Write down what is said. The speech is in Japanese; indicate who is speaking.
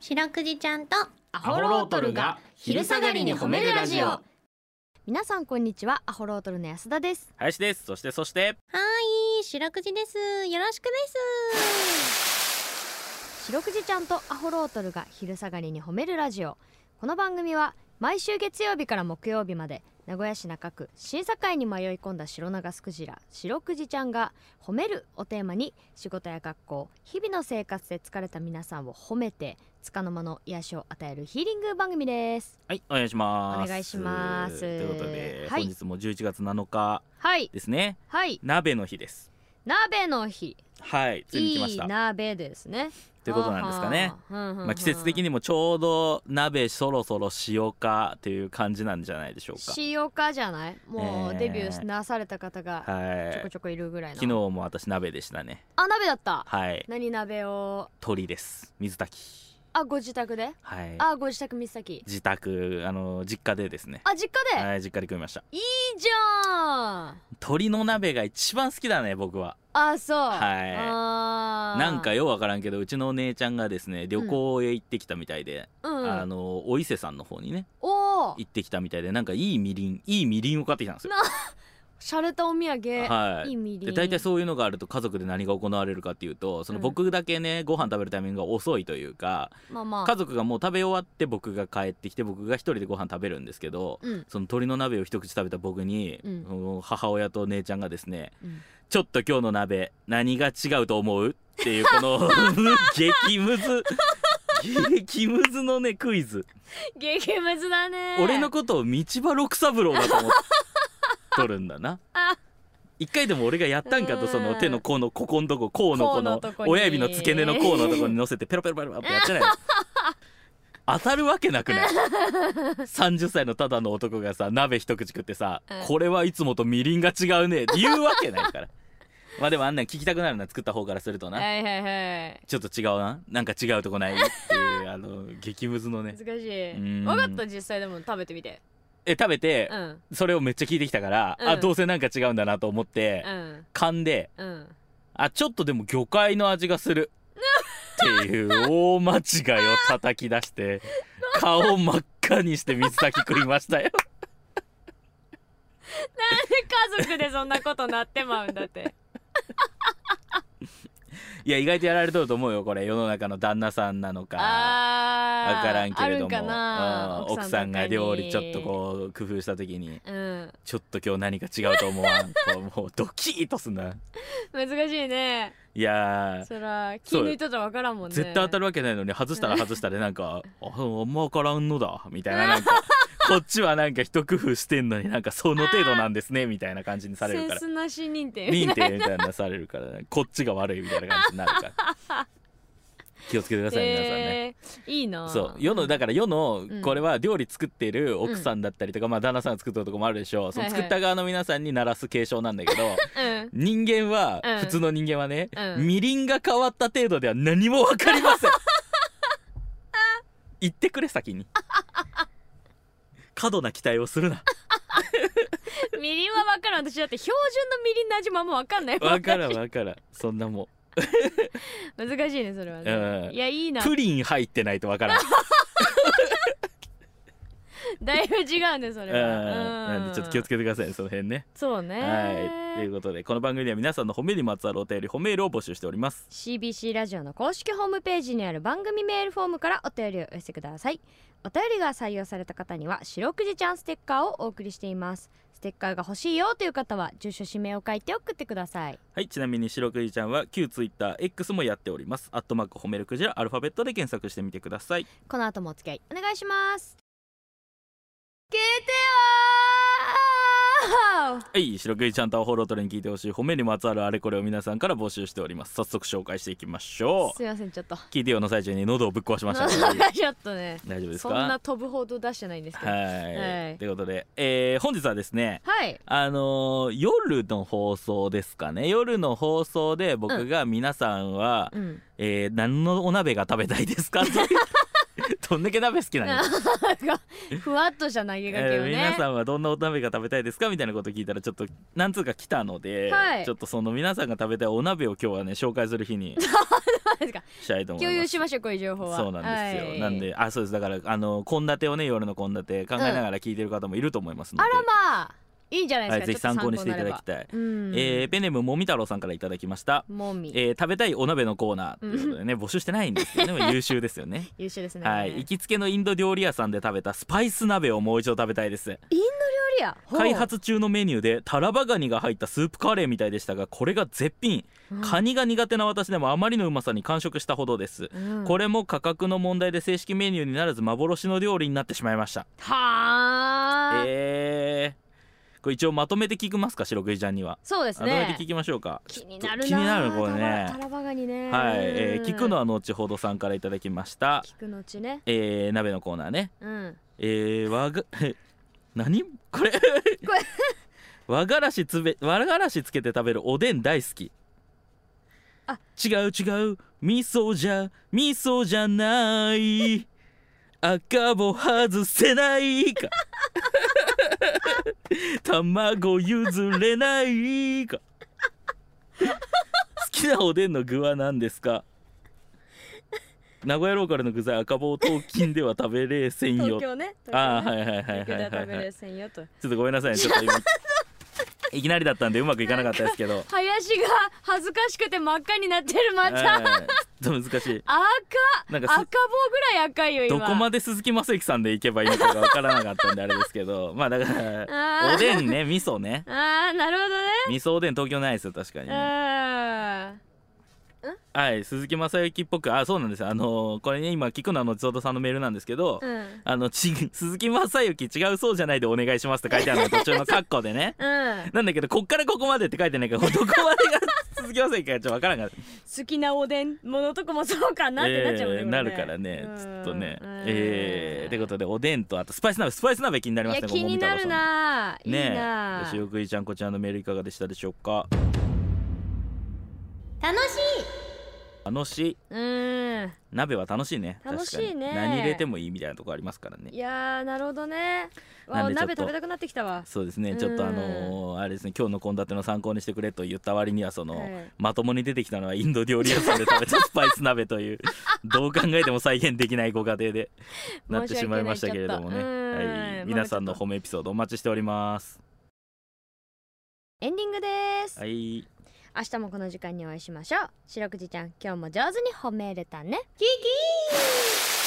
Speaker 1: 白くじちゃんとア
Speaker 2: ホロートルが昼下がりに褒めるラジオ
Speaker 3: 皆さんこんにちはアホロートルの安田です
Speaker 4: 林ですそしてそして
Speaker 1: いい白くじですよろしくです
Speaker 3: 白くじちゃんとアホロートルが昼下がりに褒めるラジオこの番組は毎週月曜日から木曜日まで名古屋市中区審査会に迷い込んだ白長スクジラ白くじちゃんが「褒める」をテーマに仕事や学校日々の生活で疲れた皆さんを褒めて束の間の癒しを与えるヒーリング番組です
Speaker 4: はいお願いします
Speaker 3: お願いします
Speaker 4: ということで、
Speaker 3: はい
Speaker 4: 本日も11月7日
Speaker 3: はい
Speaker 4: ですね
Speaker 3: はい
Speaker 4: 鍋の日です
Speaker 3: 鍋の日
Speaker 4: はいついに来まし
Speaker 3: い
Speaker 4: た
Speaker 3: い鍋ですね
Speaker 4: ということなんですかねま
Speaker 3: ま
Speaker 4: あ季節的にもちょうど鍋そろそろしようかっていう感じなんじゃないでしょうか
Speaker 3: 塩化じゃないも
Speaker 4: え
Speaker 3: う
Speaker 4: ー
Speaker 3: デビューなされた方が
Speaker 4: は
Speaker 3: ちょこ
Speaker 4: い
Speaker 3: ちょこいるぐらいの
Speaker 4: 昨日も私鍋でしたね
Speaker 3: あ鍋だった
Speaker 4: はい
Speaker 3: 何鍋を
Speaker 4: 鳥です水炊き
Speaker 3: あご自宅で
Speaker 4: はい
Speaker 3: あご自宅水先
Speaker 4: 自宅あの実家でですね
Speaker 3: あ実家で
Speaker 4: はい実家で食いました
Speaker 3: いいじゃん
Speaker 4: 鳥の鍋が一番好きだね僕は
Speaker 3: あそう
Speaker 4: はい
Speaker 3: あー
Speaker 4: なんかようわからんけどうちのお姉ちゃんがですね旅行へ行ってきたみたいで、
Speaker 3: うん
Speaker 4: あのお伊勢さんの方にね
Speaker 3: おお
Speaker 4: 行ってきたみたいでなんかいいみりんいいみりんを買ってきたんですよ。
Speaker 3: 洒落たお土産
Speaker 4: はい
Speaker 3: いみり
Speaker 4: で
Speaker 3: ん
Speaker 4: 大体そういうのがあると家族で何が行われるかっていうとその
Speaker 3: うん
Speaker 4: 僕だけね、ご飯食べるタイミングが遅いというか
Speaker 3: まあま
Speaker 4: 家
Speaker 3: あ
Speaker 4: 族がもう食べ終わって僕が帰ってきて僕が一人でご飯食べるんですけど
Speaker 3: うん
Speaker 4: その鶏の鍋を一口食べた僕に、
Speaker 3: うん
Speaker 4: その母親と姉ちゃんがですね
Speaker 3: うん
Speaker 4: 「ちょっと今日の鍋何が違うと思う?」っていうこ の激ムズ激ムズのねクイズ
Speaker 3: 激ムズだね
Speaker 4: 俺のことを道場六三郎だと思っとるんだな
Speaker 3: あ
Speaker 4: 一回でも俺がやったんかと
Speaker 3: うん
Speaker 4: その手の甲のここんとこ甲のこの
Speaker 3: 甲のとこに
Speaker 4: 親指の付け根の甲のとこに乗せてペロペロペロペロってやってない当たるわけなくない30歳のただの男がさ鍋一口食ってさ、
Speaker 3: うん
Speaker 4: これはいつもとみりんが違うねって言うわけないからまあでもあんなん聞きたくなるな作った方からするとな、
Speaker 3: はいはいはい
Speaker 4: ちょっと違うななんか違うとこないっていうあの激ムズのね
Speaker 3: 難し
Speaker 4: うん
Speaker 3: いわかった実際でも食べてみて
Speaker 4: え食べて、
Speaker 3: うん
Speaker 4: それをめっちゃ聞いてきたから、
Speaker 3: うん
Speaker 4: あどうせなんか違うんだなと思って、
Speaker 3: うん
Speaker 4: 噛んで
Speaker 3: うん
Speaker 4: あちょっとでも魚介の味がするっていう大間違いを叩き出 して顔真っ赤にして水炊き食いましたよ
Speaker 3: 家族でそんなことなってまうんだって
Speaker 4: いや意外とやられとると思うよこれ世の中の旦那さんなのか
Speaker 3: あー
Speaker 4: わからんけれども
Speaker 3: あるかな
Speaker 4: うん奥さんが料理ちょっと
Speaker 3: う
Speaker 4: こう工夫した時に
Speaker 3: うん
Speaker 4: ちょっと今日何か違うと思わんこうもうドキッとすんな
Speaker 3: 難し いね
Speaker 4: いやー
Speaker 3: そら気抜いとったらわからんもんね
Speaker 4: 絶対当た
Speaker 3: る
Speaker 4: るわけないのに外したら外したでなん か「ああんま分からんのだ」みたいななんかこっちはなんか一工夫してんのになんかその程度なん ですねみたいな感じにされるか
Speaker 3: セン
Speaker 4: ら
Speaker 3: スなし認定
Speaker 4: 認定みたいなのされるから、こっちが悪いみたいな感じになるから 気をつけてください皆さんね。
Speaker 3: えーいいな
Speaker 4: そう世のだ
Speaker 3: か
Speaker 4: から世の
Speaker 3: うん
Speaker 4: これは料理作ってる奥さんだったりとか、まあ旦那さんが作ってるとこもあるでしょうその
Speaker 3: はいはい
Speaker 4: 作った側の皆さんに鳴らす継承なんだけど、
Speaker 3: らうん
Speaker 4: 人間は、
Speaker 3: うん
Speaker 4: 普通の人間はね、
Speaker 3: うん
Speaker 4: みりんが変わった程度では何もわかりま せん言ってくれ先に過度な期待をするな
Speaker 3: みりんはわからん私だって標準のみりんの味もあんまわかんないもん
Speaker 4: わからんわからんそんなも
Speaker 3: 難しいねそれはね
Speaker 4: うん
Speaker 3: いやいいなん
Speaker 4: プリン入ってないとわからん、
Speaker 3: だいぶ違うねそれ
Speaker 4: うん、
Speaker 3: は
Speaker 4: なんでちょっと気をつ
Speaker 3: け
Speaker 4: けてくださいねその辺ね、
Speaker 3: そうね
Speaker 4: はいということでこの番組では皆さんの褒めにまつわるお便り褒めールを募集しております
Speaker 3: CBC ラジオの公式ホームページにある番組メールフォームからお便りをお寄せくださいお便りが採用された方には白くじちゃんステッカーをお送りしていますステッカーが欲しいよという方は住所氏名を書いて送ってください
Speaker 4: はいちなみに白くじちゃんは旧 TwitterX もやっておりますアットマーク褒めるクジラアルファベットで検索してみてください
Speaker 3: この後もお付き合いお願いします聞いてよ
Speaker 4: はい、白くじちゃんとアホロートルに聞いてほしい褒めにまつわるあれこれを皆さんから募集しております早速紹介していきましょ
Speaker 3: ー
Speaker 4: う
Speaker 3: すいませんちょっと
Speaker 4: 聞いてよの最中に喉をぶっ壊しましたね
Speaker 3: ちょっとね
Speaker 4: 大丈夫です
Speaker 3: そ
Speaker 4: か
Speaker 3: んな飛ぶほど出してないんですけどはい、
Speaker 4: はい、
Speaker 3: はい
Speaker 4: ということで、えー本日はですねあのー夜の放送ですかね夜の放送で僕が皆さんは、
Speaker 3: うん
Speaker 4: えー何のお鍋が食べたいですかという どんだけ鍋好きなんや、
Speaker 3: ふわっとした投げかけ
Speaker 4: えー
Speaker 3: をね、
Speaker 4: 皆さんはどんなお鍋が食べたいですかみたいなこと聞いたらちょっと何通か来たので、
Speaker 3: はい
Speaker 4: ちょっとその皆さんが食べたいお鍋を今日はね紹介する日に
Speaker 3: ですか
Speaker 4: したいと思い
Speaker 3: 共
Speaker 4: ます
Speaker 3: 有しましょうこういう情報は
Speaker 4: そうなんですよ、
Speaker 3: はい
Speaker 4: なんであそうですだからあの献立をね夜の献立考えながら聞いてる方もいると思いますので、
Speaker 3: あらまあいいんじゃない
Speaker 4: は
Speaker 3: で
Speaker 4: い、ぜひ
Speaker 3: すか、
Speaker 4: 参
Speaker 3: ちょ
Speaker 4: 考
Speaker 3: っと
Speaker 4: にしていただき
Speaker 3: い、
Speaker 4: たい、
Speaker 3: うん
Speaker 4: えーペンネームもみ太郎さんからいただきました、
Speaker 3: もみ、
Speaker 4: えー食べたいお鍋のコーナーということでね募集してないんですけどね優秀ですよ ね
Speaker 3: 優秀ですね
Speaker 4: はい行きつけのインド料理屋さんで食べたスパイス鍋をもう一度食べたいです
Speaker 3: リアほう
Speaker 4: 開発中のメニューでタラバガニが入ったスープカレーみたいでしたがこれが絶品
Speaker 3: うん
Speaker 4: カニが苦手な私でもあまりのうまさに完食したほどです
Speaker 3: うん
Speaker 4: これも価格の問題で正式メニューにならず幻の料理になってしまいました
Speaker 3: はあ、
Speaker 4: えー、これ一応まとめて聞きますか白くじちゃんには、
Speaker 3: そうです
Speaker 4: まとめ
Speaker 3: ね
Speaker 4: て聞きましょうか
Speaker 3: 気になるな
Speaker 4: 気になるこれね
Speaker 3: タラタラバガニね
Speaker 4: はい、えー、聞くの
Speaker 3: は
Speaker 4: は後ほどさんからいただきました、
Speaker 3: 聞くのうちね
Speaker 4: えー、鍋のコーナーね
Speaker 3: うん
Speaker 4: えー、和が 何こ れ
Speaker 3: これ
Speaker 4: 和がらしつべ和がらしつけて食べるおでん大好き
Speaker 3: あ
Speaker 4: 違う違う味噌じゃ味噌じゃない 赤棒外せない か卵譲れない か好きなおでんの具は何です か名古屋ローカルの具材赤棒東京では食べれせんよ
Speaker 3: 東京ね東京ね
Speaker 4: ああはいはいはいはい
Speaker 3: 東京
Speaker 4: はい
Speaker 3: では食べ
Speaker 4: はい
Speaker 3: れせんよと
Speaker 4: ちょっとごめんなさいねちょっと今いきなりだったんでうまくいかなかったですけど
Speaker 3: 林が恥ずかしくて真っ赤になってるま
Speaker 4: えー
Speaker 3: た
Speaker 4: ちょっと難しい
Speaker 3: 赤
Speaker 4: なんか
Speaker 3: 赤
Speaker 4: す
Speaker 3: 棒ぐらい赤いよ今
Speaker 4: どこまで鈴木雅之さんでいけばいいのかがわからなかったんであれですけどまあだから
Speaker 3: あー
Speaker 4: おでんね味噌 ね
Speaker 3: ああなるほどね
Speaker 4: 味噌おでん東京ないですよ確かにね
Speaker 3: あ
Speaker 4: はい鈴木雅之っぽくあそうなんですよあのーこれね今聞くのは後ほどさんのメールなんですけど、
Speaker 3: ーうん
Speaker 4: あのち鈴木雅之違うそうじゃないでお願いしますって書いてあるの途中のカッコでね
Speaker 3: うん
Speaker 4: なんだけどこっからここまでって書いてない からどこまでが鈴木雅之かちょっ とわからんかった
Speaker 3: 好きなおでんものとこもそうかなってなっちゃうもん
Speaker 4: え
Speaker 3: ね
Speaker 4: ー
Speaker 3: これね
Speaker 4: なるからね
Speaker 3: うん
Speaker 4: ちょっとね
Speaker 3: うん
Speaker 4: えーってことでおでんとあとスパイス鍋スパイス鍋気になりま
Speaker 3: い
Speaker 4: し
Speaker 3: や
Speaker 4: たね
Speaker 3: 気になるな
Speaker 4: ね
Speaker 3: いいな
Speaker 4: え塩食いちゃんこちらのメールいかがでしたでしょうか
Speaker 1: 楽しい
Speaker 4: 楽しい
Speaker 3: うん
Speaker 4: 鍋は楽しいね
Speaker 3: 楽しいね
Speaker 4: 確かに何入れてもいいみたいなとこありますからね
Speaker 3: いやーなるほどねわ
Speaker 4: なん
Speaker 3: あ
Speaker 4: でちょっと
Speaker 3: 鍋食べたくなってきたわ
Speaker 4: そうですねちょっと
Speaker 3: うん
Speaker 4: あのーあれですね今日の献立の参考にしてくれと言った割にはその、
Speaker 3: はい
Speaker 4: まともに出てきたのはインド料理屋さんで食べたスパイス鍋という どう考えても再現できないご家庭でなってしまいましたけれどもね、
Speaker 3: 申し訳ないちょっと
Speaker 4: は
Speaker 3: う
Speaker 4: い、
Speaker 3: ん
Speaker 4: 皆さんの褒めエピソードお待ちしております
Speaker 3: エンディングです、
Speaker 4: はい
Speaker 3: 明日もこの時間にお会いしましょう白くじちゃん今日も上手に褒めれたねキキー